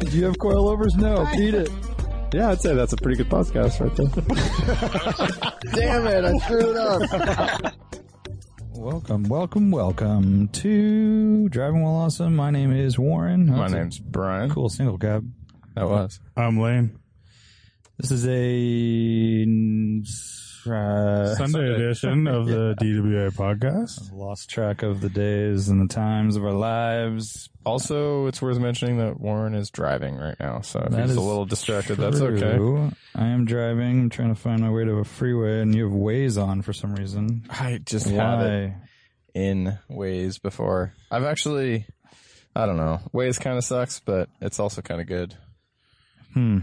Do you have coilovers? No, beat it. Yeah, I'd say that's a pretty good podcast right there. Damn it, I screwed it up. Welcome, welcome, welcome to Driving Well Awesome. My name is Warren. My That's a name's Brian. cool single cab. That was. I'm Lane. This is a uh, Sunday edition of the DWA podcast. lost track of the days and the times of our lives. Also, it's worth mentioning that Warren is driving right now, so if That he's is a little distracted, that's okay. True. I am driving. I'm trying to find my way to a freeway, and you have Waze on for some reason. I just had it Why? in Waze before. I've actually, I don't know. Waze kind of sucks, but it's also kind of good. Hmm.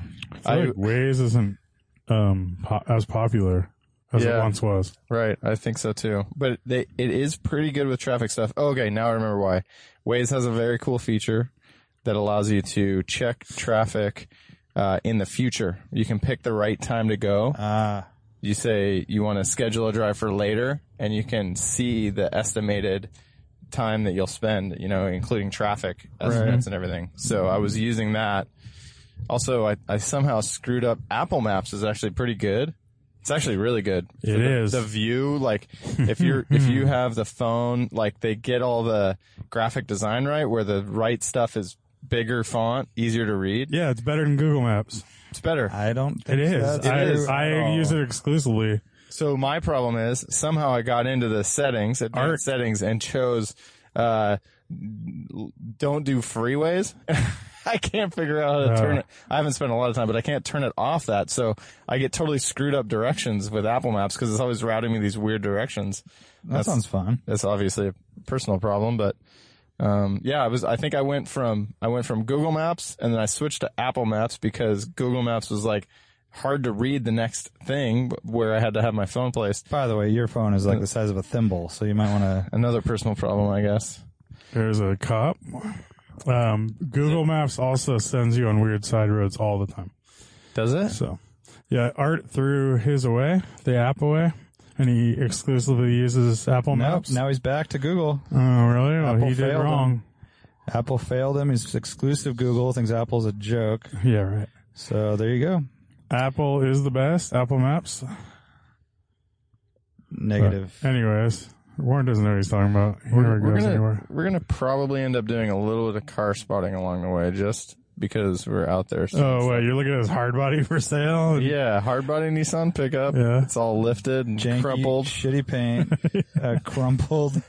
I feel I- like Waze isn't um, po- as popular as it Yeah. once was. Right, I think so too. But they, it is pretty good with traffic stuff. Oh, okay, now I remember why. Waze has a very cool feature that allows you to check traffic uh, in the future. You can pick the right time to go. Ah, You say you want to schedule a drive for later, and you can see the estimated time that you'll spend. You know, including traffic estimates and everything. So I was using that. Also, I, I somehow screwed up. Apple Maps is actually pretty good. It's actually really good It is. Hmm. the view like if you're if you have the phone like they get all the graphic design right where the right stuff is bigger font easier to read yeah, it's better than Google Maps. it's better I don't. It Think is. that's I, true I at all. use it exclusively. so my problem is somehow i got into the settings advanced Art. settings and chose uh don't do freeways I can't figure out how to turn Uh. it. I haven't spent a lot of time, but I can't turn it off that. So I get totally screwed up directions with Apple Maps because it's always routing me these weird directions. That sounds fun. that's obviously a personal problem, but um, yeah, I was. I think I went from I went from Google Maps and then I switched to Apple Maps because Google Maps was like hard to read the next thing where I had to have my phone placed. By the way, your phone is like the size of a thimble, so you might want to. Another personal problem, I guess. There's a cop. Um, Google Maps also sends you on weird side roads all the time. Does it? So, yeah, Art threw his away, the app away, and he exclusively uses Apple Nope. Maps. Now he's back to Google. Oh, really? Well, Apple he did failed wrong. Apple failed him. He's exclusive Google. Thinks Apple's a joke. Yeah, right. So there you go. Apple is the best. Apple Maps. Uh, Negative. Anyways, Warren doesn't know what he's talking about. He never we're goes gonna anywhere. we're gonna probably end up doing a little bit of car spotting along the way, just because we're out there. Oh, wait, you're looking at his hard body for sale? yeah, hard body Nissan pickup. Yeah. It's all lifted and Janky, crumpled. shitty paint, uh, crumpled.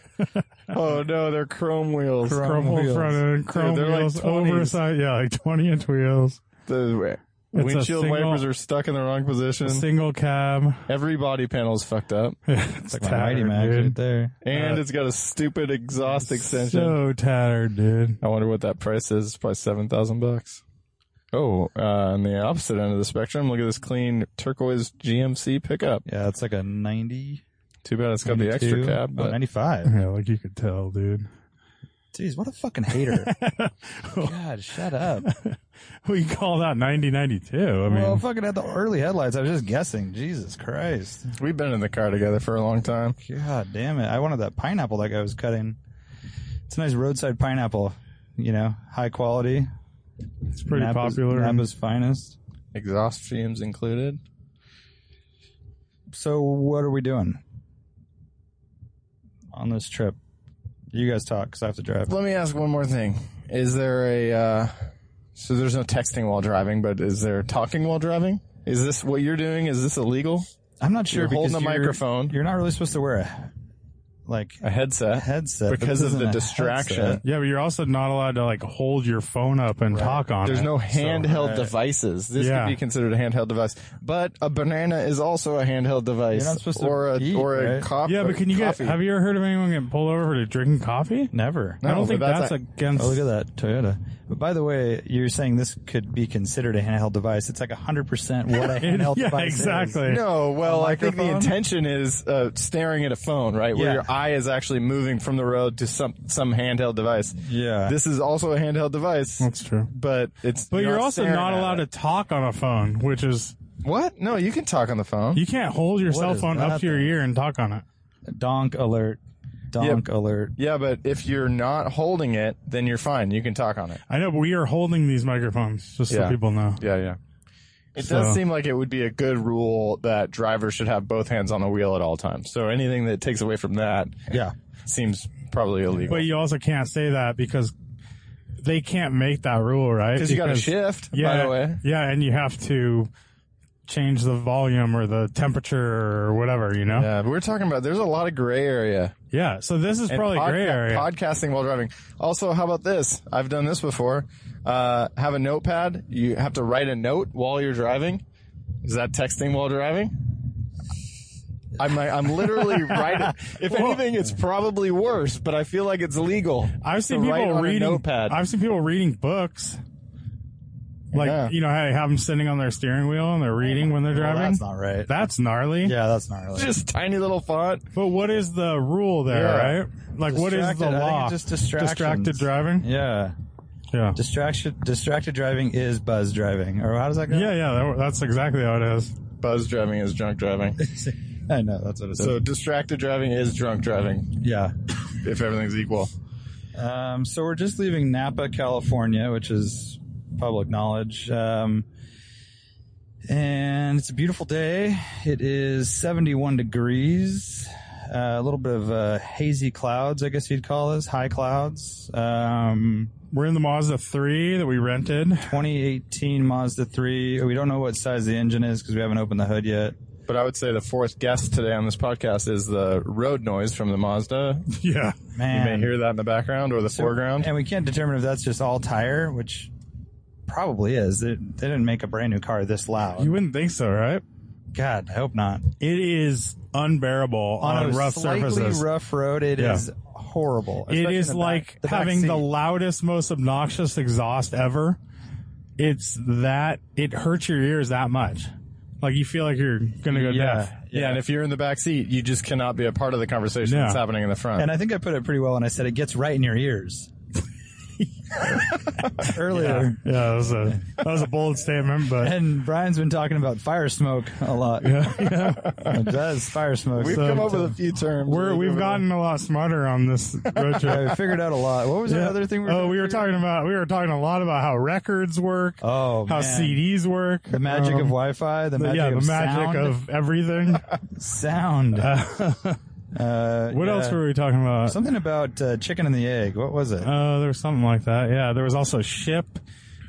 Oh no, they're chrome wheels. Crumpled wheels. front end, chrome they're like wheels, 20s. oversized, yeah, like 20 inch wheels, The It's a windshield single- wipers are stuck in the wrong position. single cab. Every body panel's fucked up, it's Like my Mighty tattered, Max right dude. there. and it's got a stupid exhaust extension. Uh, So tattered, dude. I wonder what that price is. It's probably seven thousand bucks. Oh, uh, on the opposite end of the spectrum, look at this clean turquoise GMC pickup. Yeah, it's like a 90. Too bad it's got the extra 92. cab, Oh, but 95. Yeah, like you could tell, dude. Jeez, what a fucking hater. God, shut up. We call that 9092. I mean, Well, fucking had the early headlights. I was just guessing. Jesus Christ. we've been in the car together for a long time. God damn it. I wanted that pineapple that guy was cutting. It's a nice roadside pineapple. You know, high quality. it's pretty Napa's- popular. Napa's finest. Exhaust fumes included. So what are we doing on this trip? You guys talk because I have to drive. Let me ask one more thing. Is there a uh, so there's no texting while driving, but is there talking while driving? Is this what you're doing? Is this illegal? I'm not sure You're because holding the you're- microphone. You're not really supposed to wear a like a headset headset but because this of the isn't a distraction. headset. Yeah, but you're also not allowed to like hold your phone up and talk on There's it. no handheld devices. This uh, Yeah. could be considered a handheld device, but a banana is also a handheld device, You're not supposed to or a eat, or a right? cop- Yeah, but can you coffee. get? Have you ever heard of anyone getting pulled over for drinking coffee? Never. I don't but think that's that's, a- against. Oh, look at that Toyota. But by the way, you're saying this could be considered a handheld device. It's like 100% what a handheld yeah, device is. exactly. No, well, I think the microphone? intention is uh, staring at a phone, right? Where Yeah. your eye is actually moving from the road to some some handheld device. Yeah. This is also a handheld device. That's true. But it's But you're also not allowed to talk on a phone, which is What? No, you can talk on the phone. you can't hold your cell is phone that up to your ear and talk on it. Donk alert. Donk alert. yeah, but if you're not holding it, then you're fine. You can talk on it. I know, but we are holding these microphones just Yeah. so people know. Yeah, yeah. It So- does seem like it would be a good rule that drivers should have both hands on the wheel at all times. So anything that takes away from that Yeah. seems probably illegal. But you also can't say that because they can't make that rule, right? because you got to shift, Yeah, by the way. yeah, and you have to change the volume or the temperature or whatever, you know. Yeah. Yeah, but we're talking about there's a lot of gray area. so this is And probably podca- gray area. Podcasting while driving. Also, how about this? I've done this before. Uh, have a notepad. You have to write a note while you're driving. Is that texting while driving? I'm like, I'm literally writing. If anything, it's probably worse, but I feel like it's legal. I've seen to write people on a reading. notepad. I've seen people reading books. Like Yeah. you know, how they have them sitting on their steering wheel and they're reading when they're driving. that's not right. That's gnarly. yeah, that's not really. Just tiny little font. But what is the rule there, Yeah. right? Like, what is Distracted- the I think law? it's just distractions. Distracted driving. yeah. Yeah. Distraction, distracted driving is buzz driving. Or how does that go? Yeah, yeah. That, that's exactly how it is. Buzz driving is drunk driving. I know. That's what it says. So distracted driving is drunk driving. yeah. If everything's equal. Um, so we're just leaving Napa, California, which is public knowledge. Um, and it's a beautiful day. It is 71 degrees. Uh, a little bit of uh, hazy clouds, I guess you'd call this, high clouds. Um, We're in the Mazda three that we rented. 2018 Mazda 3. We don't know what size the engine is because we haven't opened the hood yet. But I would say the fourth guest today on this podcast is the road noise from the Mazda. Yeah. You Man, may hear that in the background or the So- foreground. And we can't determine if that's just all tire, which probably is. They, they didn't make a brand new car this loud. You wouldn't think so, right? God, I hope not. It is unbearable on, a rough Oh, slightly surfaces. rough road, it is Yeah. horrible. it especially is in the back- like the back having the seat. loudest, most obnoxious exhaust ever. It's that it hurts your ears that much. Like you feel like you're gonna go Yeah. deaf. yeah. and if you're in the back seat, you just cannot be a part of the conversation No. that's happening in the front. And I think I put it pretty well, and I said it gets right in your ears. Earlier, Yeah, that was a that was a bold statement, but and Brian's been talking about fire smoke a lot. it does fire smoke. we've so- come up with a few terms. we're, we've gotten a lot smarter on this road I trip. figured out a lot. What was that other thing? oh, we were talking. talking about we were talking a lot about how records work, Oh, how man. CDs work, The magic um, of Wi-Fi. The the- magic yeah, the of magic sound. of everything. sound. Uh, What yeah. else were we talking about? Something about uh, chicken and the egg. What was it? Uh, there was something like that. Yeah, there was also ship.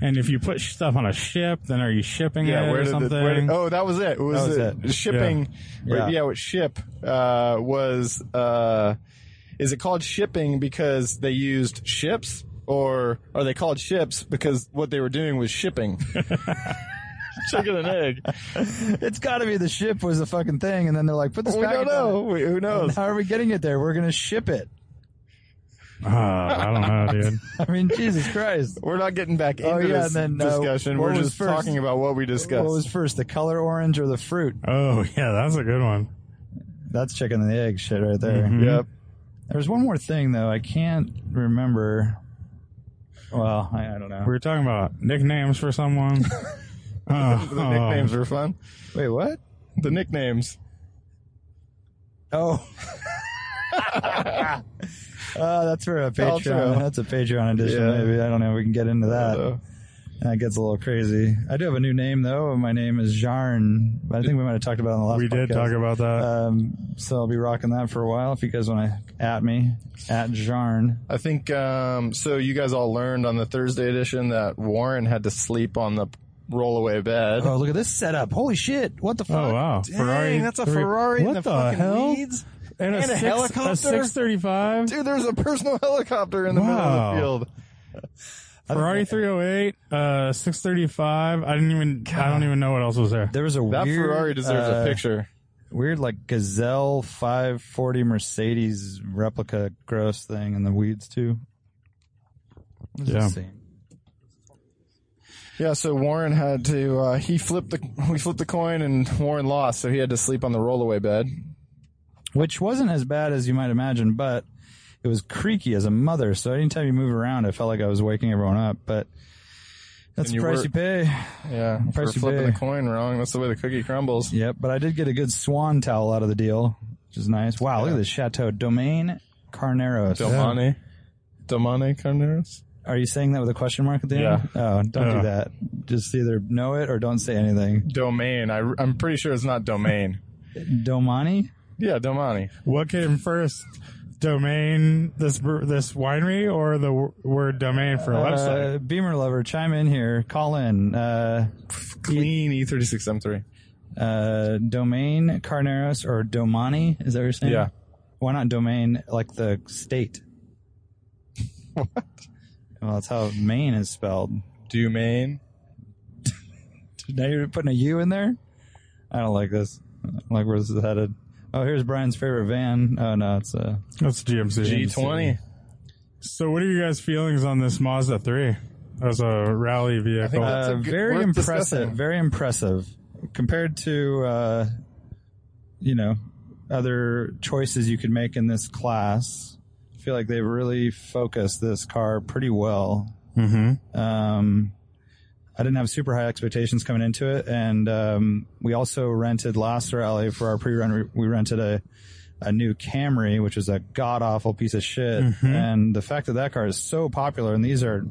And if you put stuff on a ship, then are you shipping Yeah, it where or did something? the, where did- oh, that was it. It was, was the- it. shipping. Yeah. or- Yeah. Yeah, what ship uh, was? Uh, is it called shipping because they used ships, or are they called ships because what they were doing was shipping? Chicken and egg. It's got to be the ship was the fucking thing, and then they're like, put this We don't package know. on it. We- who knows? How are we getting it there? We're gonna ship it. Uh, I don't know, dude. I mean, Jesus Christ. We're not getting back into Oh, yeah, this and then, uh, discussion. what We're was just first? talking about what we discussed. What was first, the color orange or the fruit? Oh yeah, that's a good one. That's chicken and the egg shit right there. Mm-hmm. yep. There's one more thing though. I can't remember. Well, I, I don't know. We were talking about nicknames for someone. Uh, The nicknames were fun. Wait, what? The nicknames. Oh. Uh, that's for a Patreon. true. That's a Patreon edition. Yeah. Maybe I don't know. if We can get into that. So, That gets a little crazy. I do have a new name though. My name is Jarn. But I think we might have talked about it on the last. we did podcast. talk about Uh, that. Um, so I'll be rocking that for a while. If you guys want to at me at Jarn, I think um, so. You guys all learned on the Thursday edition that Warren had to sleep on the rollaway bed. Oh, look at this setup. Holy shit. What the fuck? oh wow, Dang, that's a Ferrari What in the, the fucking hell? weeds. And, And a six, helicopter? A 635 Dude, there's a personal helicopter in the middle of Wow. the field. Ferrari 308, uh, 635. I didn't even, I don't even know what else was there. There was a That weird, Ferrari deserves uh, a picture. Weird, like Gazelle 540 Mercedes replica gross thing in the weeds too. It was Yeah. insane. Yeah, so Warren had to uh, he flipped the we flipped the coin and Warren lost, so he had to sleep on the rollaway bed. which wasn't as bad as you might imagine, but it was creaky as a mother. So anytime you move around, it felt like I was waking everyone up. But And that's the you price were- you pay. Yeah, for Pricey flipping bay. the coin wrong. That's the way the cookie crumbles. Yep. But I did get a good swan towel out of the deal, which is nice. Wow, look at this Chateau Domaine Carneros. Del Monte, Del Monte Carneros. Are you saying that with a question mark at the end? Oh, don't Yeah. do that. Just either know it or don't say anything. Domain. I, I'm pretty sure it's not domain. Domani? yeah, Del Monte. What came first? Domain, this, bre- this winery or the w- word domain for a website? Uh, Beamer lover, chime in here. Call in. Uh, Clean E E36 M3. uh, domain Carneros or Domani. Is that what you're saying? Yeah. Why not domain like the state? what? Well, that's how Maine is spelled. Domain. Now you're putting a U in there? I don't like this. I don't like where this is headed. Oh, here's Brian's favorite van. Oh, no, it's a. That's GMC. G20. So what are you guys feelings on this Mazda 3 as a rally vehicle? think that's a uh, good- very worth impressive. discussing. Very impressive compared to uh, you know other choices you could make in this class. I feel like they really focused this car pretty well. mm-hmm. Um, I didn't have super high expectations coming into it, and um, we also rented last rally for our pre-run. We rented a a new Camry, which is a god awful piece of shit, and the fact that that car is so popular, and these are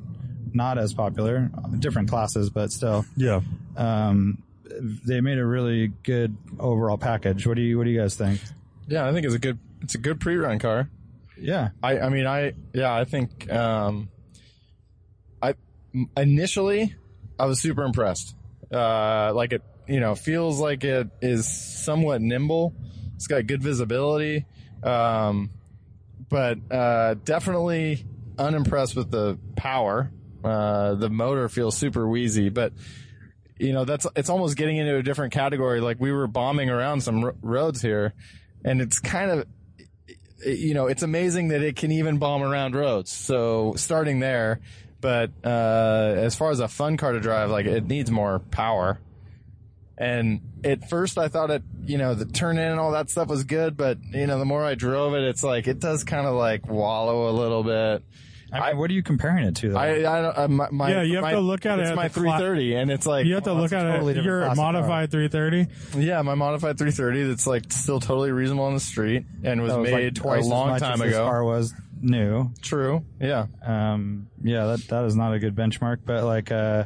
not as popular, different classes, but still, Yeah. um, they made a really good overall package. What do you What do you guys think? Yeah, I think it's a good it's a good pre-run car. Yeah, I, I mean, I, yeah, I think, um, I, m- initially, I was super impressed. Uh, like it, you know, feels like it is somewhat nimble. It's got good visibility. Um, but, uh, definitely unimpressed with the power. Uh, the motor feels super wheezy, but, you know, that's, it's almost getting into a different category. Like we were bombing around some r- roads here and it's kind of, it- you know, it's amazing that it can even bomb around roads. So starting there, but uh, as far as a fun car to drive, like it needs more power. And at first, I thought it, you know, the turn in and all that stuff was good, but you know, the more I drove it, it's like it does kind of like wallow a little bit. I mean, what are you comparing it to? Though? I, I don't, uh, my, my Yeah, you have my- to look at it It's at my the clock. 330, and it's like You have to look at totally it. different Your class of car. modified 330. Yeah, my modified 330 that's like still totally reasonable on the street and was, That was, like, made twice a as long much as time this ago. car was new. True. Yeah. Um, yeah, that that is not a good benchmark. But like, uh,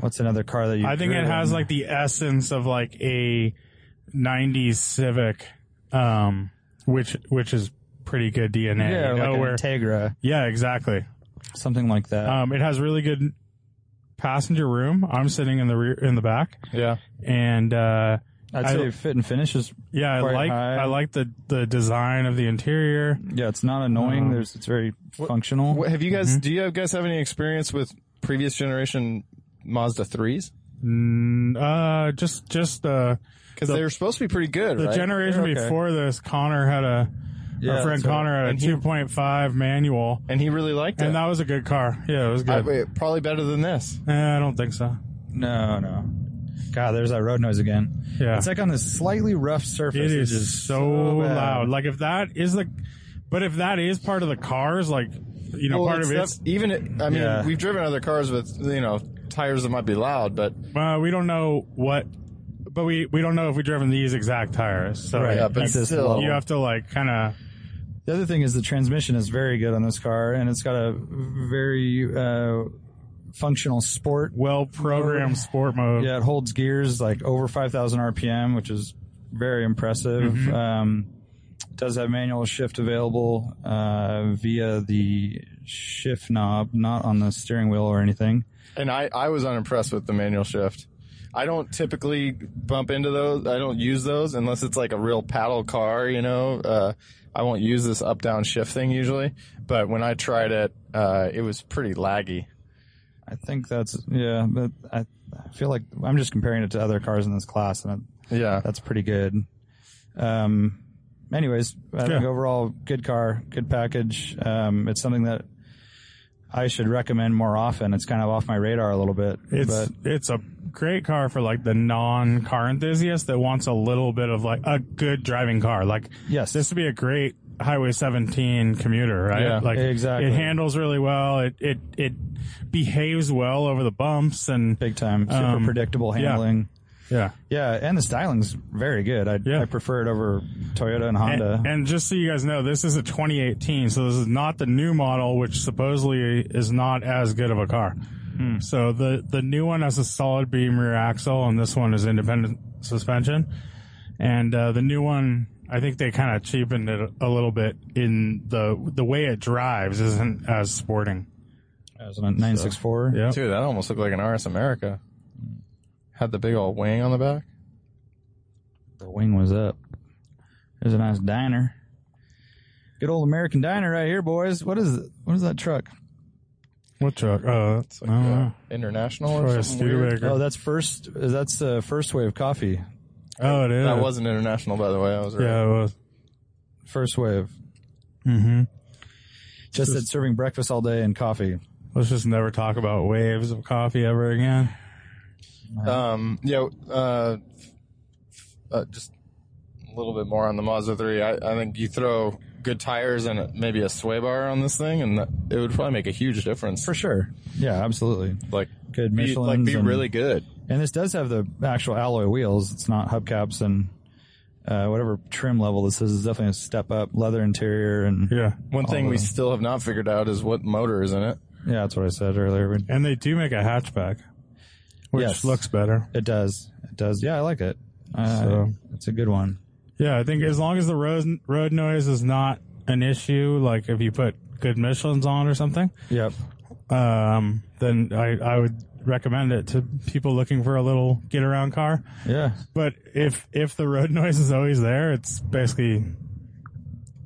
what's another car that you? I think it driven? has like the essence of like a 90s Civic, um, which, which is pretty good DNA. you yeah, like know, an Oh, where- Integra, yeah, exactly. something like that. Um, it has really good passenger room. I'm sitting in the rear, in the back Yeah. and, uh, I'd I say don't- fit and finish is yeah, I Quite like, high. I like the, the design of the interior. yeah, it's not annoying. Um, There's it's very functional. What, have you guys? Do you guys have any experience with previous generation Mazda threes? Mm, uh, just, just, uh, Because The- they were supposed to be pretty good. the right? generation They're okay. before this, Connor had a, Yeah, our friend that's right. Connor uh, had a And he- 2.5 manual. and he really liked it. And that was a good car. Yeah, it was I- good. wait, probably better than this. Eh, I don't think so. No, no. God, there's that road noise again. Yeah. It's like on this slightly rough surface. It which is so bad. loud. Like if that is the, but if that is part of the cars, like you know, Well, part of it's it's. def- even. it- I mean, Yeah. we've driven other cars with you know tires that might be loud, but Uh, we don't know what, but we we don't know if we driven these exact tires. So Right. yeah, but that's this still, level. you have to like kind of. The other thing is the transmission is very good on this car, and it's got a very uh, functional sport Well programmed sport mode. Yeah, it holds gears like over 5,000 RPM, which is very impressive. Mm-hmm. Um, does have manual shift available uh, via the shift knob, not on the steering wheel or anything. and I I was unimpressed with the manual shift. I don't typically bump into those. I don't use those unless it's like a real paddle car, you know. Uh, I won't use this up down shift thing usually, but when I tried it, uh, it was pretty laggy. I think that's yeah, but I, I feel like I'm just comparing it to other cars in this class, and it, Yeah. that's pretty good. Um, anyways, I think Yeah. overall good car, good package. Um, it's something that I should recommend more often. It's kind of off my radar a little bit, It's it's a great car for like the non car enthusiast that wants a little bit of like a good driving car. Like Yes. this would be a great Highway 17 commuter, right? Yeah, like exactly. It handles really well. It it it behaves well over the bumps and big time, super Um, predictable yeah. handling. yeah. Yeah, and the styling's very good. I, Yeah. I prefer it over Toyota And, and Honda. and just so you guys know, this is a 2018, so this is not the new model, which supposedly is not as good of a car. So the the new one has a solid beam rear axle, and this one is independent suspension. And uh, the new one, I think they kind of cheapened it a little bit in the the way it drives isn't as sporting. Nine six four. Yeah. Dude, that almost looked like an RS America. Had the big old wing on the back. The wing was up. There's a nice diner. Good old American diner right here, boys. What is it? What is that truck? What truck? Uh, It's like I don't uh, know. international Probably or a something weird. Studebaker. Oh, that's first. That's uh, first wave coffee. Oh, it is. That wasn't international, by the way. I was right. Yeah, it was. First wave. Mm-hmm. Just said serving breakfast all day and coffee. Let's just never talk about waves of coffee ever again. Um, yeah, uh, uh, just a little bit more on the Mazda 3. I, I think you throw good tires and a- maybe a sway bar on this thing, and that, it would probably make a huge difference. For sure. Yeah, absolutely. Like, Good be, like Michelin. be really good. And this does have the actual alloy wheels. It's not hubcaps and uh, whatever trim level this is. It's definitely a step up. Leather interior and Yeah. One thing All we the- still have not figured out is what motor is in it. yeah, that's what I said earlier. but And they do make a hatchback, which Yes. looks better. It does. It does. Yeah, I like it. Uh, So- It's a good one. Yeah, I think as long as the road road noise is not an issue, like if you put good Michelin's on or something, Yep. um, then I, I would recommend it to people looking for a little get around car. Yeah. But if if the road noise is always there, it's basically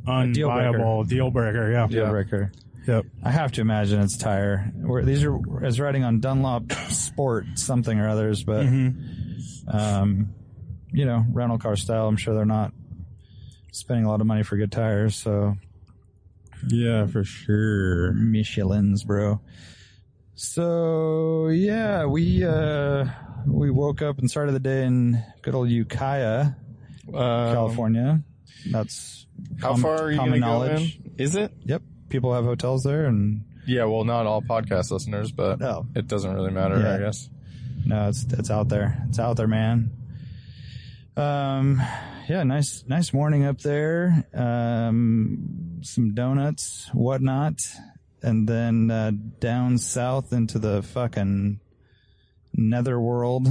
unviable deal deal breaker. breaker. yeah. Deal breaker. Uh, Yep. I have to imagine it's tire. We're, these are it's riding on Dunlop Sport something or others, but Mm-hmm. um, you know, rental car style. I'm sure they're not spending a lot of money for good tires. So Yeah, for sure. Michelin's, bro. So yeah, we uh, we woke up and started the day in good old Ukiah, Um, California. That's How com- far are you common going to go knowledge. in? Is it? Yep. People have hotels there and oh, Yeah, well, not all podcast listeners, but No. it doesn't really matter, Yeah. I guess. no, it's it's out there. It's out there, man. Um yeah, nice nice morning up there. Um some donuts, whatnot. And then uh, down south into the fucking netherworld.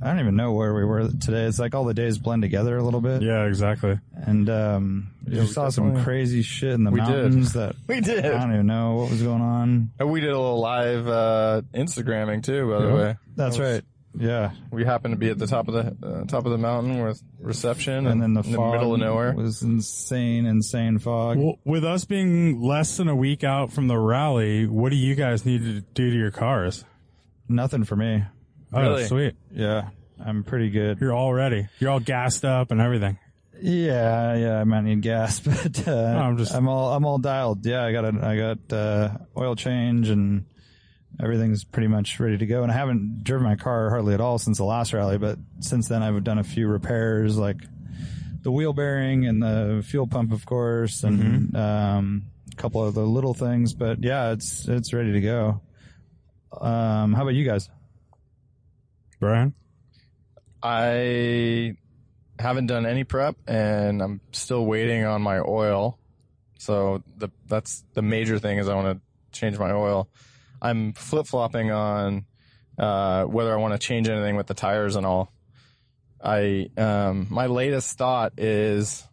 I don't even know where we were today. It's like all the days blend together a little bit. Yeah, exactly. And um, Yeah, you we saw some definitely- crazy shit in the We did. mountains that We I did. don't even know what was going on. And we did a little live uh, Instagramming too, by the way. That's That was- right. Yeah. We happened to be at the top of the uh, top of the mountain with reception, and then the in the fog middle of nowhere. was insane, insane fog. Well, with us being less than a week out from the rally, what do you guys need to do to your cars? Nothing for me. Oh, Really? sweet. Yeah, I'm pretty good. You're all ready. You're all gassed up and everything. Yeah, yeah, I might need gas, but uh, I'm I'm just just- I'm all I'm all dialed. Yeah, I got a, I got uh, oil change and everything's pretty much ready to go. And I haven't driven my car hardly at all since the last rally, but since then I've done a few repairs like the wheel bearing and the fuel pump, of course, and um, a couple of the little things. But yeah, it's it's ready to go. Um, how about you guys? Brian? I haven't done any prep, and I'm still waiting on my oil. So the that's the major thing is I want to change my oil. I'm flip flopping on uh, whether I want to change anything with the tires and all. I um, my latest thought is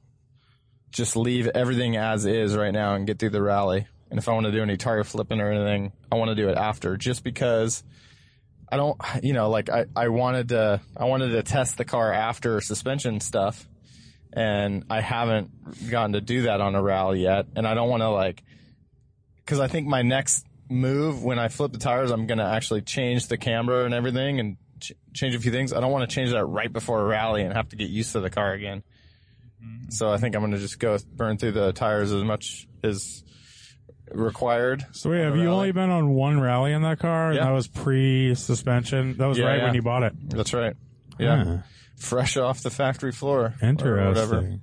just leave everything as is right now and get through the rally. And if I want to do any tire flipping or anything, I want to do it after, just because I don't, you know, like I, I wanted to, I wanted to test the car after suspension stuff and I haven't gotten to do that on a rally yet. And I don't want to like, cause I think my next move when I flip the tires, I'm going to actually change the camber and everything and ch- change a few things. I don't want to change that right before a rally and have to get used to the car again. So I think I'm going to just go burn through the tires as much as required. So wait, have a you rally. only been on one rally in that car? And Yeah. that was pre-suspension. That was Yeah, right yeah. when you bought it. That's right. Yeah. Huh. Fresh off the factory floor. or Ah, Interesting.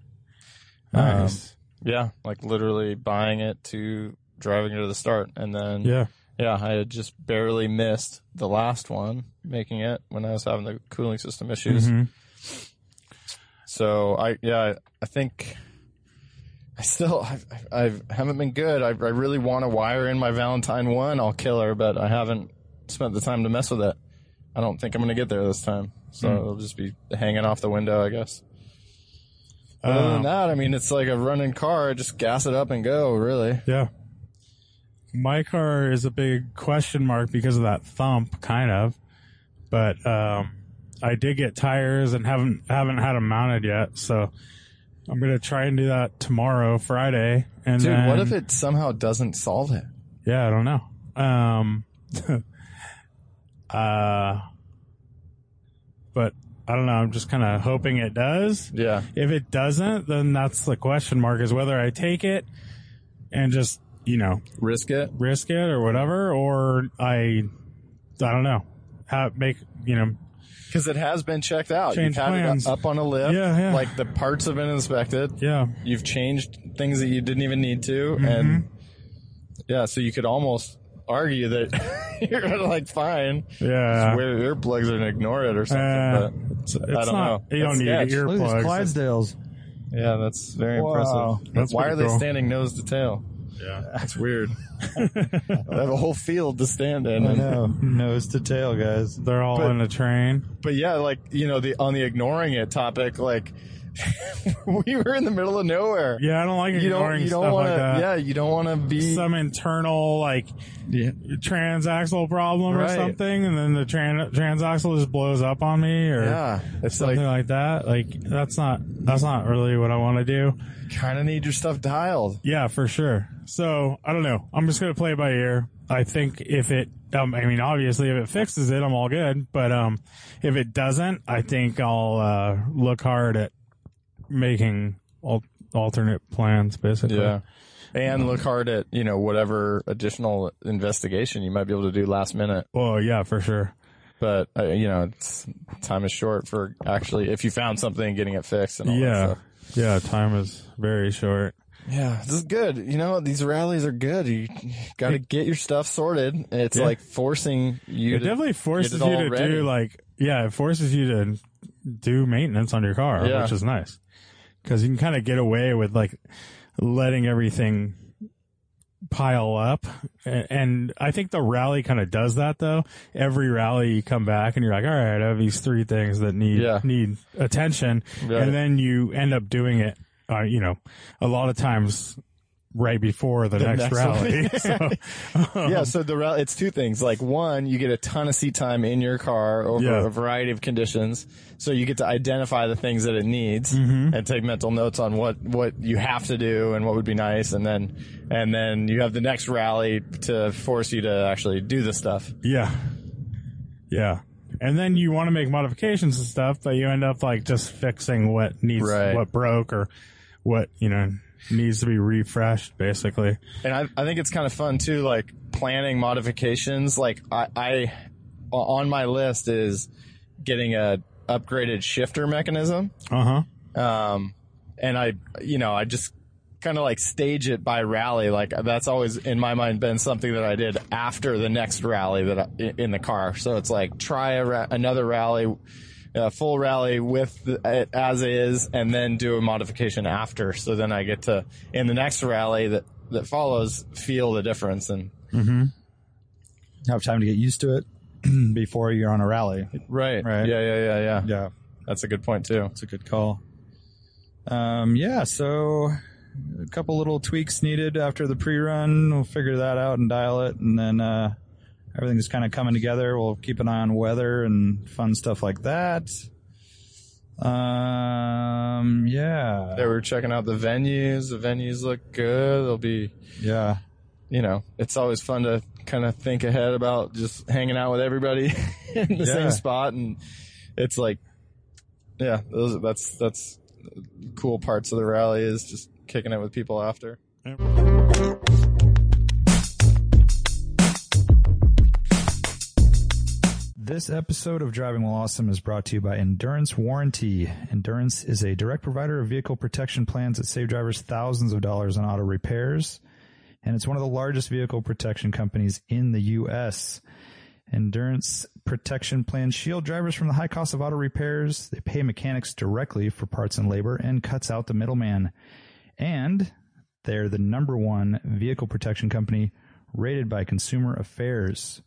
Nice. Yeah, like literally buying it to driving it to the start, and then yeah. yeah, I had just barely missed the last one making it when I was having the cooling system issues. Mhm. So I yeah, I- I think I still I've, I've I haven't been good. I, I really want to wire in my Valentine one. I'll kill her, but I haven't spent the time to mess with it. I don't think I'm gonna get there this time. So Hmm. it'll just be hanging off the window, I guess. Other than Um, that, I mean, it's like a running car. Just gas it up and go. Really. Yeah. My car is a big question mark because of that thump, kind of. But um, I did get tires and haven't haven't had them mounted yet, so I'm gonna try and do that tomorrow, Friday. And Dude, then, what if it somehow doesn't solve it? Yeah, I don't know. Um, uh, but I don't know. I'm just kind of hoping it does. Yeah. If it doesn't, then that's the question mark: is whether I take it and just you know Risk it. risk it or whatever, or I, I don't know, have make you know, Because it has been checked out. Change You've had plans. it up on a lift. Yeah, yeah. Like the parts have been inspected. yeah, You've changed things that you didn't even need to. Mm-hmm. And yeah, so you could almost argue that you're like, fine, yeah. just wear your earplugs and ignore it or something. Uh, but it's, it's I not. don't know. You don't It's need sketch. Look at these earplugs. Clydesdales. yeah, that's very Wow. impressive. That's Why pretty are they cool. standing nose to tail? Yeah. That's weird. they have a whole field to stand in. I and- know. Nose to tail, guys. They're all But- in a train. but yeah, like you know, the on the ignoring it topic, like we were in the middle of nowhere. Yeah, I don't like you don't ignoring you don't stuff want like to. that. yeah, you don't want to be. Some internal like transaxle problem Right. or something, and then the tran- transaxle just blows up on me or yeah, it's like something like that. Like that's not that's not really what I want to do. kind of need your stuff dialed. Yeah, for sure. So I don't know. I'm just gonna play it by ear. I think if it, um, I mean, obviously, if it fixes it, I'm all good. But um, if it doesn't, I think I'll uh, look hard at making al- alternate plans, basically. and look hard at you know whatever additional investigation you might be able to do last minute. Well, yeah, for sure. But uh, you know, it's, time is short for actually if you found something, getting it fixed and all that yeah, stuff. yeah. Time is very short. Yeah, this is good. You know, these rallies are good. You got to get your stuff sorted. And It's Yeah. like forcing you. It to definitely get forces it you all to ready. do like, yeah, it forces you to do maintenance on your car, Yeah. which is nice because you can kind of get away with like letting everything pile up. And, and I think the rally kind of does that though. Every rally you come back and you're like, all right, I have these three things that need, Yeah. need attention. Right. And then you end up doing it, uh, you know, a lot of times right before the, next, next rally. one. so, Uh-huh. um, yeah, so the rally, it's two things. Like one, you get a ton of seat time in your car over Yeah. a variety of conditions, so you get to identify the things that it needs Mm-hmm. and take mental notes on what what you have to do and what would be nice, and then and then you have the next rally to force you to actually do the stuff. Yeah. Yeah. And then you want to make modifications and stuff, but you end up like just fixing what needs, Right. what broke or what, you know, needs to be refreshed basically. and I, I think it's kind of fun too, like planning modifications. Like I, I on my list is getting a upgraded shifter mechanism. Uh huh. Um, and I, you know, I just kind of like stage it by rally. Like that's always in my mind been something that I did after the next rally that I, in the car. So it's like try a ra- another rally, a full rally with the, it as is, and then do a modification after. So then I get to in the next rally that that follows feel the difference and Have time to get used to it before you're on a rally. right, Right. yeah, yeah, yeah, yeah. Yeah. That's a good point too. That's a good call. Um, yeah, so a couple little tweaks needed after the pre-run. We'll figure that out and dial it, and then uh, everything's kind of coming together. We'll keep an eye on weather and fun stuff like that. Um, yeah, They were checking out the venues. The venues look good. They'll be, yeah, you know, it's always fun to kind of think ahead about just hanging out with everybody in the Yeah. same spot. And it's like, yeah, those, that's, that's cool parts of the rally is just kicking it with people after. This episode of Driving While Awesome is brought to you by Endurance Warranty. Endurance is a direct provider of vehicle protection plans that save drivers thousands of dollars on auto repairs, and it's one of the largest vehicle protection companies in the U.S. Endurance protection plans shield drivers from the high cost of auto repairs. They pay mechanics directly for parts and labor and cuts out the middleman. And they're the number one vehicle protection company rated by Consumer Affairs.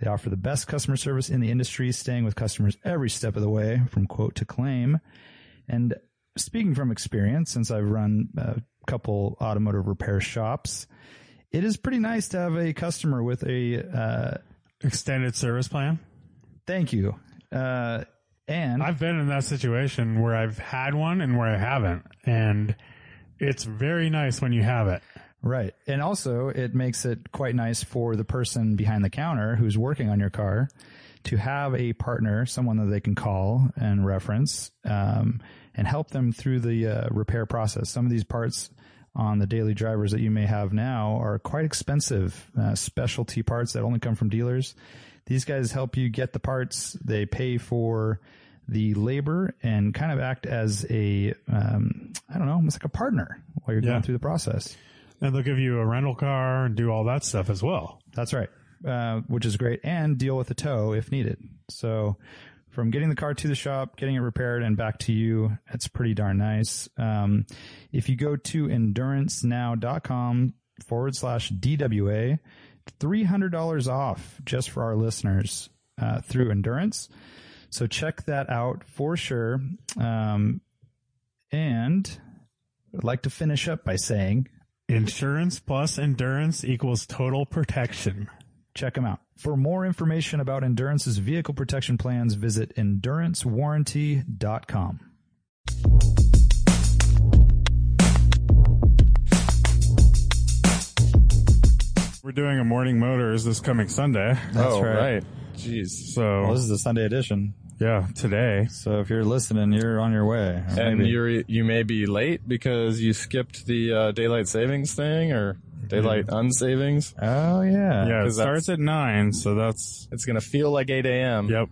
They offer the best customer service in the industry, staying with customers every step of the way from quote to claim. And speaking from experience, since I've run a couple automotive repair shops, it is pretty nice to have a customer with a uh, Extended service plan. thank you. Uh, and I've been in that situation where I've had one and where I haven't, and it's very nice when you have it. Right. And also, it makes it quite nice for the person behind the counter who's working on your car to have a partner, someone that they can call and reference um, and help them through the uh, repair process. Some of these parts on the daily drivers that you may have now are quite expensive, uh, specialty parts that only come from dealers. These guys help you get the parts, they pay for the labor and kind of act as a, um, I don't know, almost like a partner while you're Yeah. going through the process. And they'll give you a rental car and do all that stuff as well. That's right. Uh, which is great and deal with the tow if needed. So from getting the car to the shop, getting it repaired and back to you, it's pretty darn nice. Um, if you go to endurancenow.com forward slash DWA, $300 off just for our listeners, uh, through endurance. So check that out for sure. Um, and I'd like to finish up by saying, Insurance plus endurance equals total protection. check them out. For more information about Endurance's vehicle protection plans, visit endurancewarranty.com. We're doing a morning motors this coming Sunday. oh, right. Jeez. So is the Sunday edition. yeah, today. So if you're listening, you're on your way. Or And maybe- you you may be late because you skipped the uh, daylight savings thing or daylight unsavings. oh, yeah. Yeah, it 'cause that's- starts at nine, so that's It's gonna feel like 8 a.m. yep.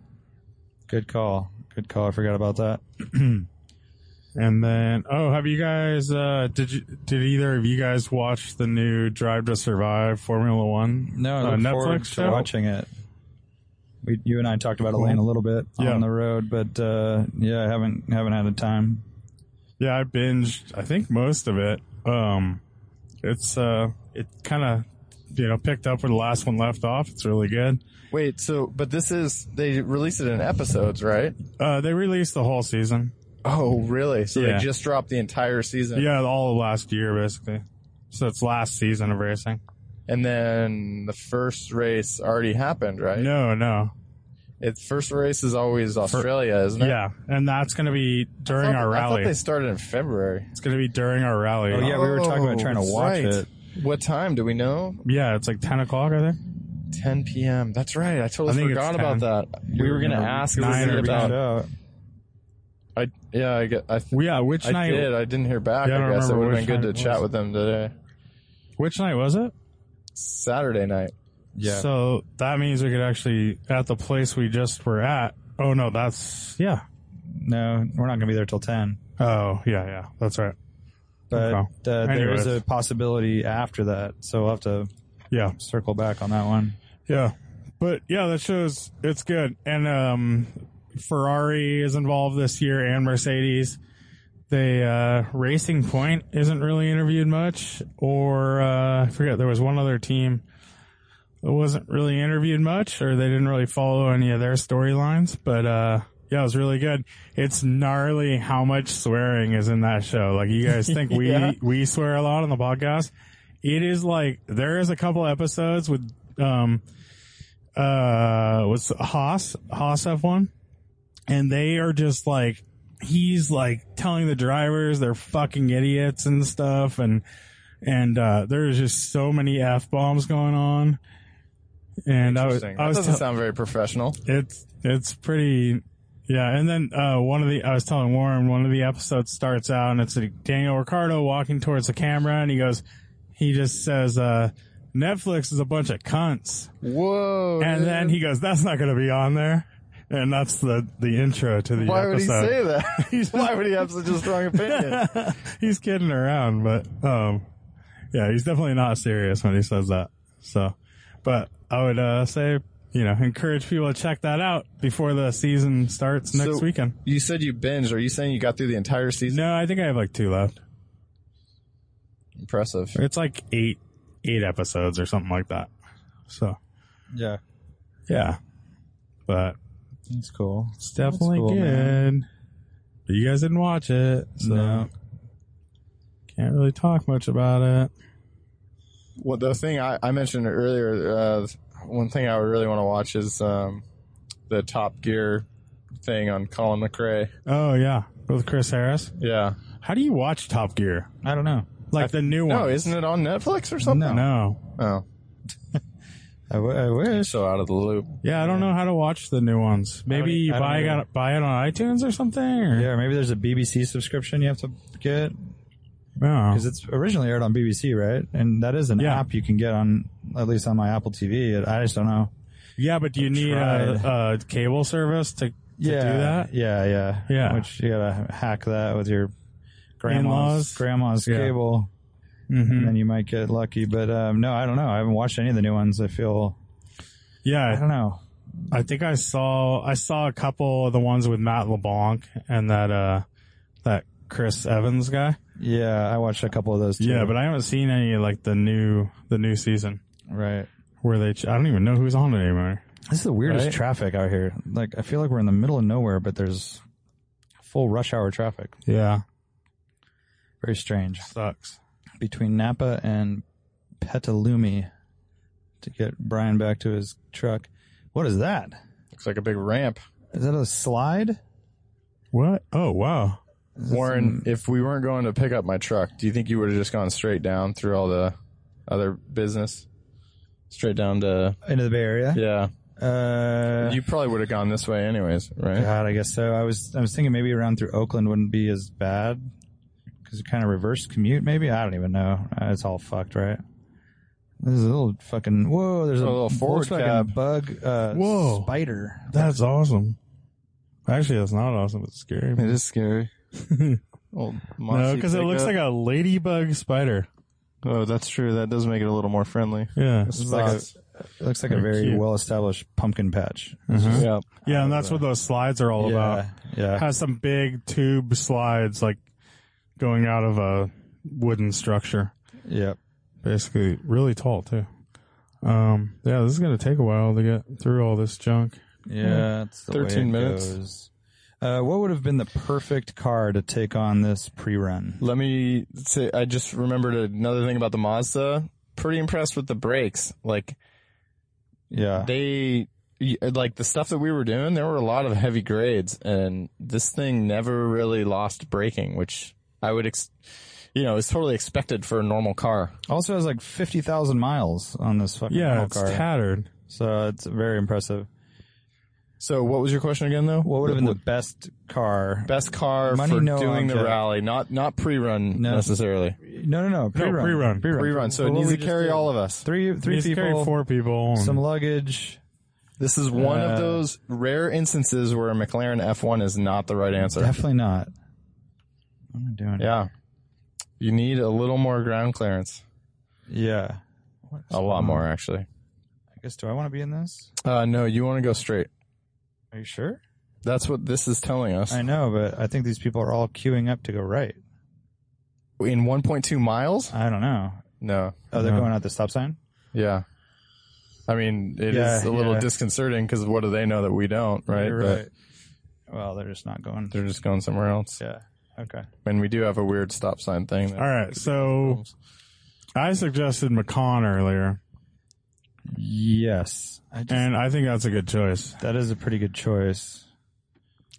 Good call. Good call. I forgot about that. And then oh, have you guys? uh Did you? Did either of you guys watch the new Drive to Survive Formula One? No, I uh, look Netflix forward to show. watching it. We, you and I talked about Elaine a little bit Yeah. on the road, but uh, yeah, I haven't haven't had the time. Yeah, I binged. I think most of it. Um, it's uh, it kind of you know picked up where the last one left off. It's really good. Wait, so but this is they released it in episodes, right? Uh, they released the whole season. Oh, really? So Yeah. they just dropped the entire season. Yeah, all of last year basically. So it's last season of racing. And then the first race already happened, right? No, no. It's first race is always Australia, isn't it? Yeah, and that's going to be during our I thought- I thought rally. they started in February. It's going to be during our rally. Oh, yeah, we were talking about trying to that's watch right. it. What time do we know? Yeah, it's like ten o'clock, I think. 10 p.m. That's right. I I totally think it's forgot 10. about that. We were gonna ask nine Lizzie or about. Found out. I yeah, I get. I, th- Well, yeah, which I night? did. I didn't hear back. Yeah, I I, don't guess it remember would have which been good night to it chat was. with them today. Which night was it? Saturday night. Yeah. So that means we could actually at the place we just were at. Oh no, that's yeah. no, we're not going to be there till 10. Oh yeah, yeah. That's right. but Okay. uh, there is Anyways. a possibility after that, so we'll have to Yeah, circle back on that one. yeah. But yeah, that shows it's good. And um, Ferrari is involved this year, and Mercedes. The uh, Racing Point isn't really interviewed much, or uh, I forget there was one other team that wasn't really interviewed much, or they didn't really follow any of their storylines. But uh, yeah, it was really good. It's gnarly how much swearing is in that show. Like you guys think Yeah. we we swear a lot on the podcast. It is like there is a couple episodes with um, uh was Haas Haas F1 and they are just like he's like telling the drivers they're fucking idiots and stuff and and uh there's just so many F bombs going on. And I was Interesting. I That was doesn't tell- sound very professional. it's it's pretty yeah and then uh one of the i was telling warren one of the episodes starts out and it's a daniel ricardo walking towards the camera and he goes he just says uh netflix is a bunch of cunts Whoa. and then he goes that's not gonna be on there and that's the the intro to the Why would he episode say that? Why would he have such a strong opinion? he's kidding around, but um, yeah, he's definitely not serious when he says that. So, but I would uh, say you know encourage people to check that out before the season starts next So- weekend. You said you binged. Are you saying you got through the entire season? No, I think I have like two left. Impressive. It's like eight eight episodes or something like that. So Yeah, yeah, but that's cool. it's definitely cool, good. man. But you guys didn't watch it, so No. can't really talk much about it. Well, the thing I, I mentioned earlier, uh, one thing I would really want to watch is um, the Top Gear thing on Colin McRae. Oh yeah, with Chris Harris. Yeah. How do you watch Top Gear? I don't know. Like the new one? No, isn't it on Netflix or something? No. Oh, I, w- I wish. so out of the loop. Yeah, I don't know how to watch the new ones. Maybe I you don't buy either. got, buy it on iTunes or something. Or, Yeah, or maybe there's a BBC subscription you have to get No. because it's originally aired on BBC, right? And that is an Yeah. app you can get on at least on my Apple TV. I just don't know. Yeah, but do you need a, a cable service to, to do that? Yeah, yeah, Yeah. Which you gotta hack that with your grandma's In-laws? grandma's Yeah. cable, and Mm-hmm. then you might get lucky. But um, no, I don't know. I haven't watched any of the new ones. I feel I Yeah, don't know. I think I saw I saw a couple of the ones with Matt LeBlanc and that uh that Chris Evans guy. Yeah, I watched a couple of those. Too. Yeah, but I haven't seen any like the new the new season right. where they ch- I don't even know who's on it anymore. This is the weirdest Right? traffic out here. Like I feel like we're in the middle of nowhere, but there's full rush hour traffic. Yeah, Very strange. sucks. Between Napa and Petalumi to get Brian back to his truck. What is that? Looks like a big ramp. Is that a slide? What? Oh wow. Warren, if we weren't going to pick up my truck, do you think you would have just gone straight down through all the other business? Straight down to Into the Bay Area? yeah. Uh, You probably would have gone this way anyways, right? God, I guess so. I was I was thinking maybe around through Oakland wouldn't be as bad because it kind of reverse commute. Maybe I don't even know. Uh, It's all fucked, right? There's a little fucking whoa. There's a, A little forward Volkswagen cab. bug. Uh, Whoa. spider. That's awesome. Actually, that's not awesome. It's scary. It is scary. Old No, because it looks like a ladybug spider. Oh, that's true. That does make it a little more friendly. Yeah, It's like It looks like a very cute. well established pumpkin patch. a, yeah. yeah, and that's what those slides are all about. yeah, It yeah. has some big tube slides like going out of a wooden structure, yeah. basically really tall too. Um, yeah, this is gonna take a while to get through all this junk. Yeah, it's the 13 way it minutes. goes. Uh, what would have been the perfect car to take on this pre-run? Let me say, I just remembered another thing about the Mazda. Pretty impressed with the brakes. Like Yeah, they, y- like the stuff that we were doing, there were a lot of heavy grades, and this thing never really lost braking, which I would, ex- you know, is totally expected for a normal car. also has like fifty thousand miles on this fucking Yeah, rental it's car. tattered. So it's very impressive. So, what was your question again, though? What would have been the best car? best car Money, for no doing the object. rally? Not not pre-run No. necessarily. No, no, no. Pre-run. pre-run. Pre-run. So it What needs we to just carry did. all of us. Three, three You just carry people. four people. and- Some luggage. This is one Uh, of those rare instances where a McLaren F1 is not the right answer. Definitely not. What am I doing? yeah. You need a little more ground clearance. Yeah. What is A lot going on? more, actually. I guess. Do I want to be in this? Uh, no, you want to go straight. Are you sure? That's what this is telling us. I know, but I think these people are all queuing up to go right. In 1.2 miles? I don't know. No. Oh, they're No. going out the stop sign. Yeah. I mean, it is Yeah, a little yeah. disconcerting because what do they know that we don't, right? You're But right. Well, they're just not going. they're just going somewhere else. Yeah. Okay. And we do have a weird stop sign thing. that- all right, so I suggested McCon earlier. Yes. I just, And I think that's a good choice. that is a pretty good choice.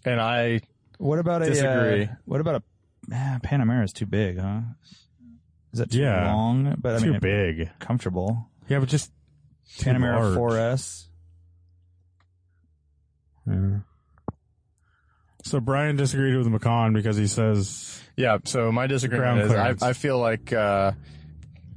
And I What about a Disagree. uh, what about a man, Panamera is too big, huh? Is that too Yeah. long? But I Too mean big. comfortable. Yeah, but just too Panamera large. 4S. Yeah. So Brian disagreed with McCon because he says Yeah, so my Ground disagreement is I, clearance. I feel like uh,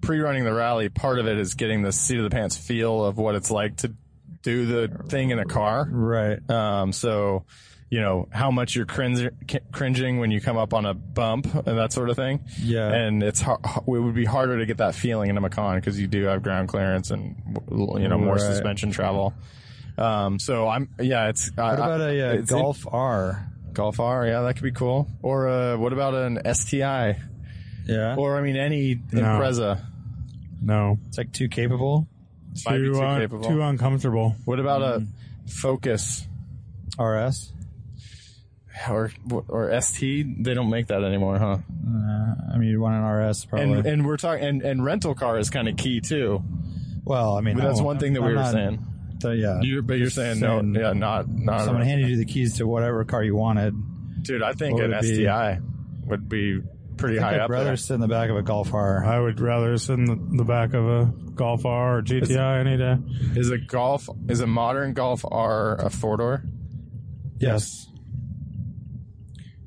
pre-running the rally, part of it is getting the seat of the pants feel of what it's like to do the thing in a car. Right. Um, so, you know, how much you're cringe, cringing when you come up on a bump and that sort of thing. Yeah. And it's har- it would be harder to get that feeling in a Macan because you do have ground clearance and you know more Right. suspension travel. Um, so I'm yeah, it's I- What about I- a uh, it's in- Golf R? Golf R, yeah, that could be cool. Or uh, what about an STI? Yeah. Or I mean, any Impreza no. it's like too capable. might be Too, too uh, capable. too uncomfortable. what about a Focus RS. or or ST? They don't make that anymore, huh? I mean, you want an RS probably. And and we're talking and, and rental car is kind of key too. well, I mean, But that's I'm- one thing that we I'm were not- saying. So, yeah. You're, but you're Oh, saying, saying- no, yeah, not not. Someone handed you the keys to whatever car you wanted. Dude, I think What an would it be? STI would be pretty I high think I'd up rather there. sit in the back of a Golf R. I would rather sit in the, the back of a Golf R or GTI any day. Is a golf is a modern Golf R a four door? Yes.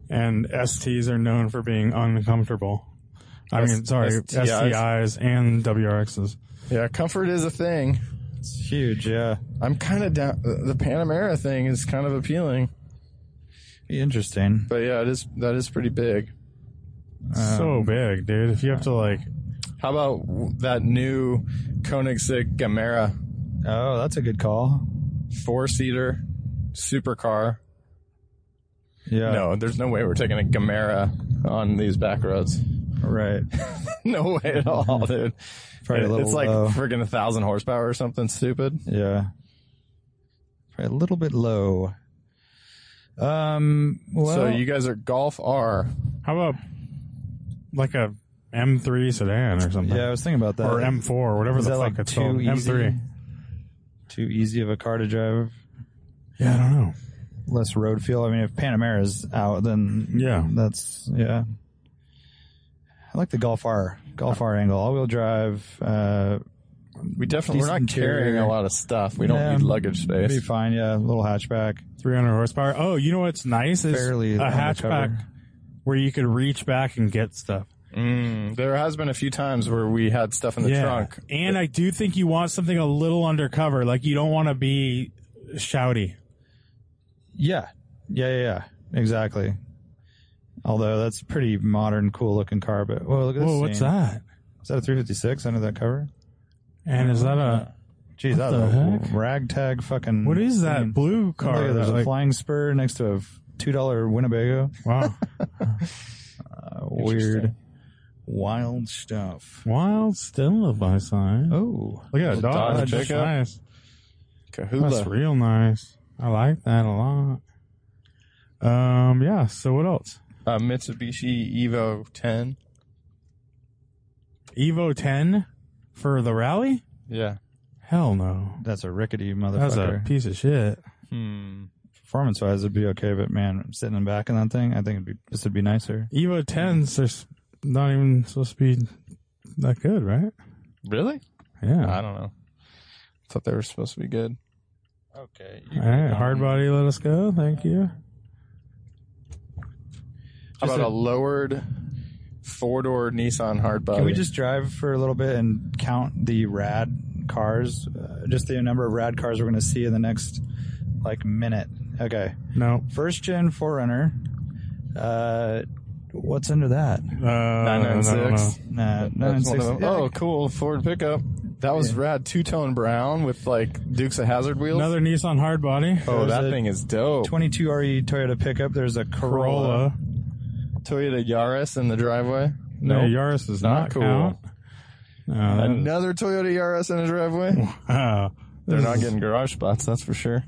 And STs are known for being uncomfortable. I S- mean, sorry, STIs. STIs and WRXs. Yeah, comfort is a thing. It's huge, yeah. I'm kind of down. The Panamera thing is kind of appealing, Be interesting. but yeah, it is that is pretty big. Uh, so big, dude. If you have to like, How about w- that new Koenigsegg Gamera Oh, that's a good call. four seater supercar? Yeah. No, there's no way we're taking a Gamera on these back roads. Right. No way at all, dude. Probably a little it's like low. freaking a thousand horsepower or something stupid. Yeah. Probably a little bit low. Um. Well, so you guys are Golf R. how about like a M3 sedan or something, yeah, I was thinking about that. or M4, or whatever Is the that fuck like it's too called. easy? M3. Too easy of a car to drive. Yeah, I don't know. Less road feel. I mean, if Panamera's out, then Yeah. that's yeah. I like the Golf R. Golf R angle, all-wheel drive. Uh, We definitely we're not Decent carrying interior. a lot of stuff. We don't Yeah. need luggage be space. fine. Yeah, little hatchback. 300 horsepower. Oh, you know what's nice is Barely a undercover. hatchback where you could reach back and get stuff. Mm, there has been a few times where we had stuff in the trunk. And I do think you want something a little undercover. Like you don't want to be shouty. Yeah. Yeah, yeah, yeah. Exactly. Although that's a pretty modern, cool looking car, but whoa, look at this. Whoa, what's thing. that? Is that a 356 under that cover? And is that a Geez, that's the a heck? ragtag fucking. what is thing. that blue Look at car? that, there's that, a like- flying spur next to a f- $2 Winnebago. wow, Uh, weird. Wild stuff. wild still of my side. Oh. Look at that Dodge dog. That's pickup. nice. That's Kahula. real nice. I like that a lot. Um, yeah. So what else? A Uh, Mitsubishi Evo 10. Evo 10 for the rally? Yeah. Hell no. That's a rickety That's a motherfucker. piece of shit. Hmm. Performance wise, it'd be okay, but man, sitting in the back of that thing, I think it'd be, this would be nicer. Evo 10s are s- not even supposed to be that good, right? Really? Yeah. I don't know. Thought they were supposed to be good. Okay. Uh, All right. Hard body, let us go. Thank you. How Just about a, a- lowered four door Nissan hardbody? Can we just drive for a little bit and count the rad cars? Uh, just the number of rad cars we're going to see in the next like minute. Okay, No. first gen Forerunner. Uh, what's under that? Uh, nine nine I don't six? know. Nah, nine That's one six. of them. yeah, Oh, cool Ford pickup. That was rad. Two tone brown with like Dukes of Hazard wheels. Another Nissan hard body. oh, there's that a thing is dope. 22 RE E Toyota pickup. There's a Corolla. Corolla. Toyota Yaris in the driveway. No, Nope. Yaris is Not not, cool. count. Uh, No, Another Toyota Yaris in the driveway. that- wow. They're uh, This not is- getting garage spots, that's for sure.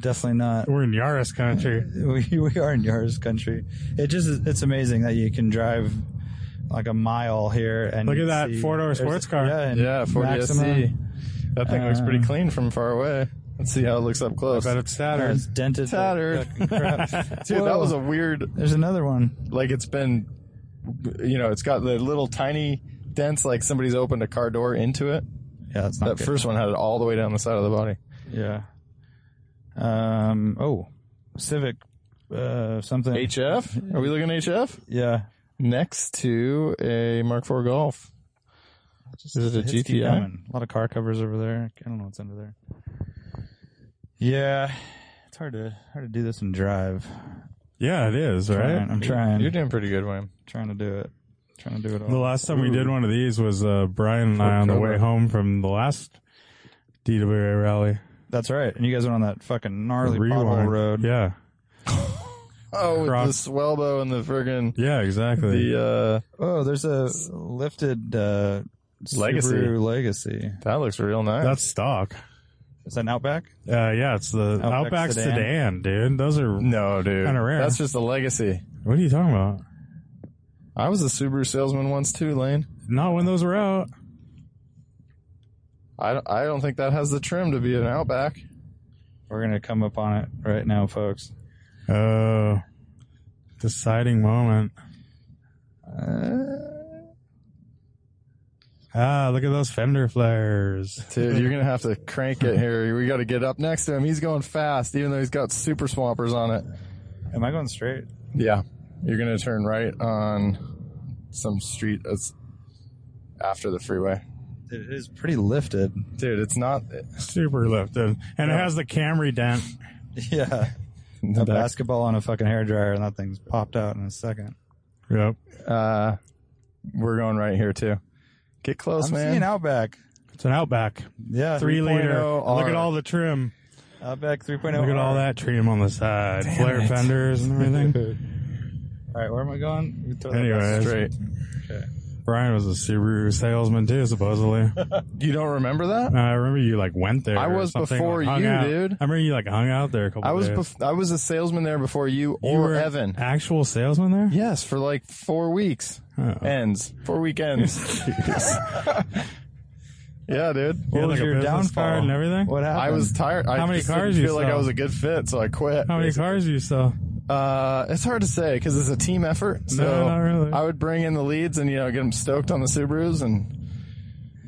Definitely not. We're in Yaris country. We, we are in yours country. It just is- it's amazing that you can drive like a mile here and Look at you that see- four-door there's- sports car. Yeah, and Yeah, 40 maximum- SC. That thing looks Uh, pretty clean from far away. Let's see how it looks up close. But it's Or Saturn. it's dented. Tattered. Dude, that Whoa. was a weird. There's another one. Like it's been, you know, it's got the little tiny dents like somebody's opened a car door into it. Yeah, that's not That good. first one had it all the way down the side of the body. yeah. Um. Oh, Civic. Uh, something. HF? Are we looking at HF? yeah. Next to a Mark IV Golf. Is it a Hits keep GTI? coming. A lot of car covers over there. I don't know what's under there. Yeah, it's hard to hard to do this and drive. Yeah, it is, Trying- right? I'm trying. You're doing pretty good, Wayne. trying to do it. Trying to do it all. The last time we did one of these was uh, Brian and I on the way Cobra. home from the last DWA rally. That's right. And you guys went on that fucking gnarly pothole Rewind. road. Yeah. Oh, with Croc- the Swelbo and the friggin' Yeah, exactly. the uh Oh, there's a lifted uh, Legacy. Subaru Legacy. that looks real nice. That's stock. Is that an Outback? Uh, yeah, it's the Outback Outback sedan. sedan. dude. Those are. no, dude. Kinda rare. That's just a legacy. What are you talking about? I was a Subaru salesman once too, Lane. Not when those were out. I don't, I don't think that has the trim to be an Outback. We're gonna come up on it right now, folks. Oh, deciding moment. Uh, Ah, look at those fender flares. Dude, you're gonna have to crank it here. We got to get up next to him. He's going fast, even though he's got super swampers on it. Am I going straight? Yeah, you're gonna turn right on some street that's after the freeway. It is pretty lifted. Dude, it's not Super lifted. And it has the Camry dent. Yeah. A basketball on a fucking hairdryer, and that thing's popped out in a second. Yep. Uh, we're going right here too. Get close, I'm man. seeing Outback. It's an Outback. Yeah, Three 3.0 liter. Look R. at all the trim. Outback oh. 3.0. Look at all that trim on the side. Flare it. fenders and everything. All right, where am I going? We throw that Anyways. Straight. Brian was a Subaru salesman too, supposedly. You don't remember that? I remember you like went there. I or was something, before like, hung you, out. dude. I remember you like hung out there a couple I was days. bef- I was a salesman there before you you or were Evan. Actual salesman there? Yes, for like four weeks. Oh. Ends. Four weekends. yeah, dude. You had, was like a your business downfall? card and everything? What happened? I was tired. I How many just cars didn't you feel like I sell? was a good fit, so I quit. How many cars you sell? Uh, it's hard to say because it's a team effort. So not really. I would bring in the leads and you know get them stoked on the Subarus, and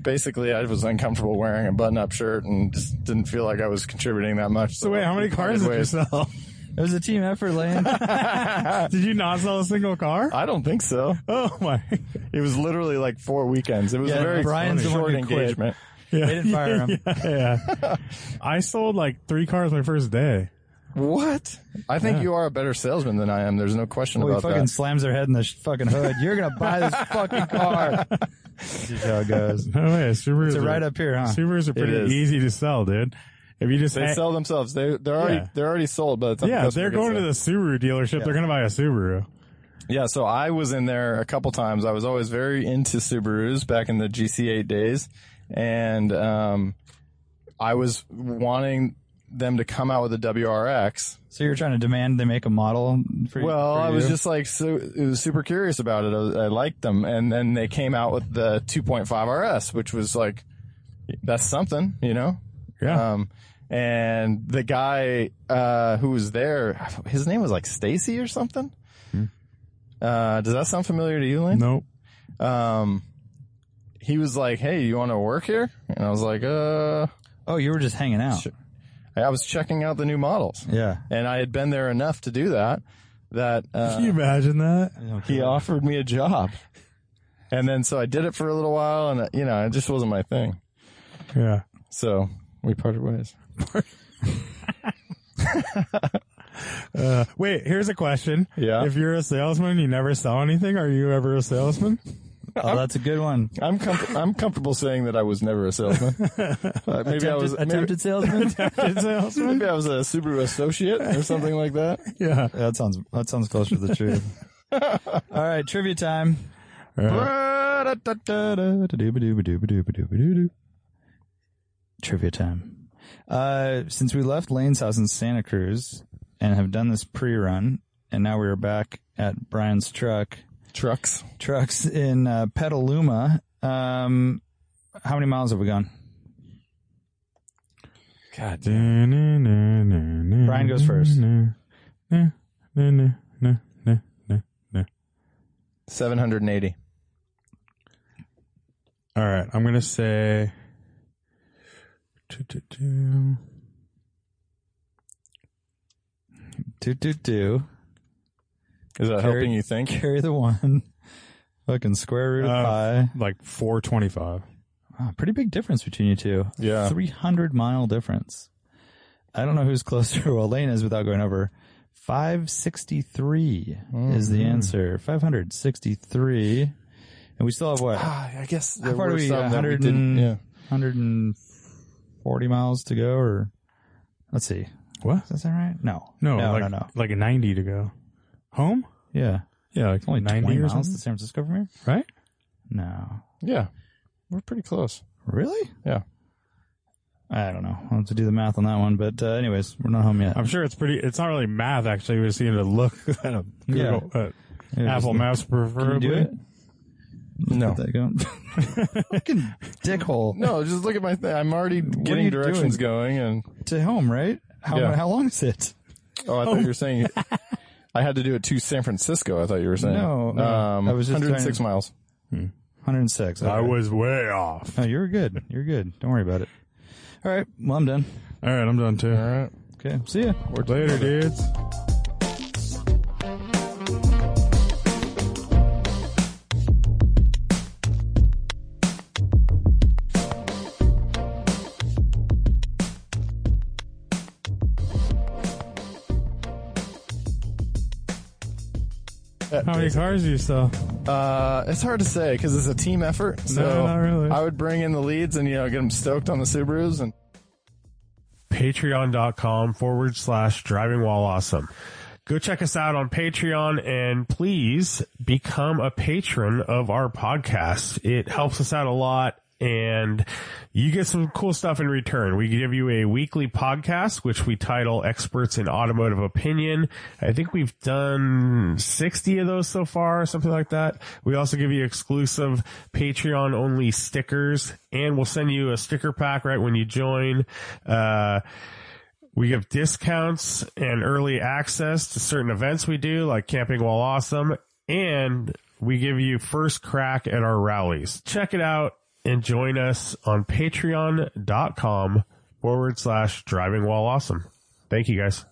basically I was uncomfortable wearing a button-up shirt and just didn't feel like I was contributing that much. So wait, how many cars did you Sideways. sell? It was a team effort, Lane. did you not sell a single car? I don't think so. Oh my! It was literally like four weekends. It was Yeah, a very Brian's the one short who quit. engagement. Yeah. They didn't fire him. Yeah, yeah. I sold like three cars my first day. What? I think Yeah. you are a better salesman than I am. There's no question Well, he about fucking that. slams their head in the sh- fucking hood. You're gonna buy this fucking car. This is how it goes. No way, Subarus. It's are- right up here, huh? Subarus are is. pretty easy to sell, dude. If you just They sell themselves. They they're already Yeah. they're already sold by the time. the yeah, customer they're gets going to there. the Subaru dealership. They're going to buy a Subaru. Yeah, so I was in there a couple times. I was always very into Subarus back in the GC8 days, and um, I was wanting them to come out with a WRX. So you're trying to demand they make a model for you? Well, for I was you? just like so, it was super curious about it. I, was- I liked them, and then they came out with the 2.5 RS, which was like that's something, you know. Yeah. Um, and the guy uh, who was there, his name was like Stacy or something. Uh, does that sound familiar to you, Lane? nope. um, he was like, "Hey, you want to work here?" And I was like, "Uh, Oh, you were just hanging out. Sure. I was checking out the new models, Yeah. and I had been there enough to do that that Can you uh, imagine that? he offered me a job." And then so I did it for a little while, and uh, you know, it just wasn't my thing. Yeah. So we parted ways. Uh, wait, here's a question. Yeah. If you're a salesman, you never sell anything. Are you ever a salesman? Oh, that's a good one. I'm com- I'm comfortable saying that I was never a salesman. Uh, maybe I was maybe- Attempted salesman. Good salesman? maybe I was a Subaru associate or something like that. yeah. that sounds that sounds close to the truth. All right, trivia time. Trivia time. Uh, since we left Lane's house in Santa Cruz and have done this pre-run, and now we are back at Brian's truck Trucks. trucks in uh, Petaluma. Um, how many miles have we gone? God damn. Brian goes first. Seven hundred and eighty. All right, I'm gonna say. Do do do. Is that Carried- helping you think? Carry the one. Fucking square root of Uh, pi. Like 425. Wow, pretty big difference between you two. Yeah. Three hundred mile difference. I don't know who's closer. Well, Lane is without going over. Five sixty is the answer. Five hundred sixty three. And we still have what? Ah, I guess How there far are were we? some that we 100 didn't. Yeah. and, 140 miles to go, or let's see. What? Is that right? No. No, no, like, no, no. like 90 to go. Home? Yeah. Yeah, like It's only 90 20 or miles something. to San Francisco from here? Right? No. Yeah. We're pretty close. Really? Yeah. I don't know. I'll have to do the math on that one. But, uh, anyways, we're not home yet. I'm sure it's pretty, it's not really math actually. We just need to look at a Google, at Yeah, Apple just- Maps Can preferably. you do it? No. Let that go. Fucking dickhole. No, just look at my thing. I'm already are getting you directions going and To home, right? How, Yeah. how long is it? Oh, I thought you were saying I had to do it to San Francisco. I thought you were saying No, no. Um, I was just 106 trying miles. 106. I Okay. was way off. No, you're good. You're good. Don't worry about it. All right. Well, I'm done. All right, I'm done too. All right. Okay. See ya. Later, dudes. How many cars do you sell? Uh, it's hard to say because it's a team effort. So not really. I would bring in the leads and you know get them stoked on the Subarus and patreon.com forward slash driving while awesome. Go check us out on Patreon and please become a patron of our podcast. It helps us out a lot and you get some cool stuff in return. We give you a weekly podcast, which we title experts in automotive opinion. I think we've done 60 of those so far, something like that. We also give you exclusive Patreon only stickers and we'll send you a sticker pack right when you join. Uh, we give discounts and early access to certain events we do, like Camping While Awesome, and we give you first crack at our rallies. Check it out and join us on patreon.com forward slash driving while awesome. Thank you guys.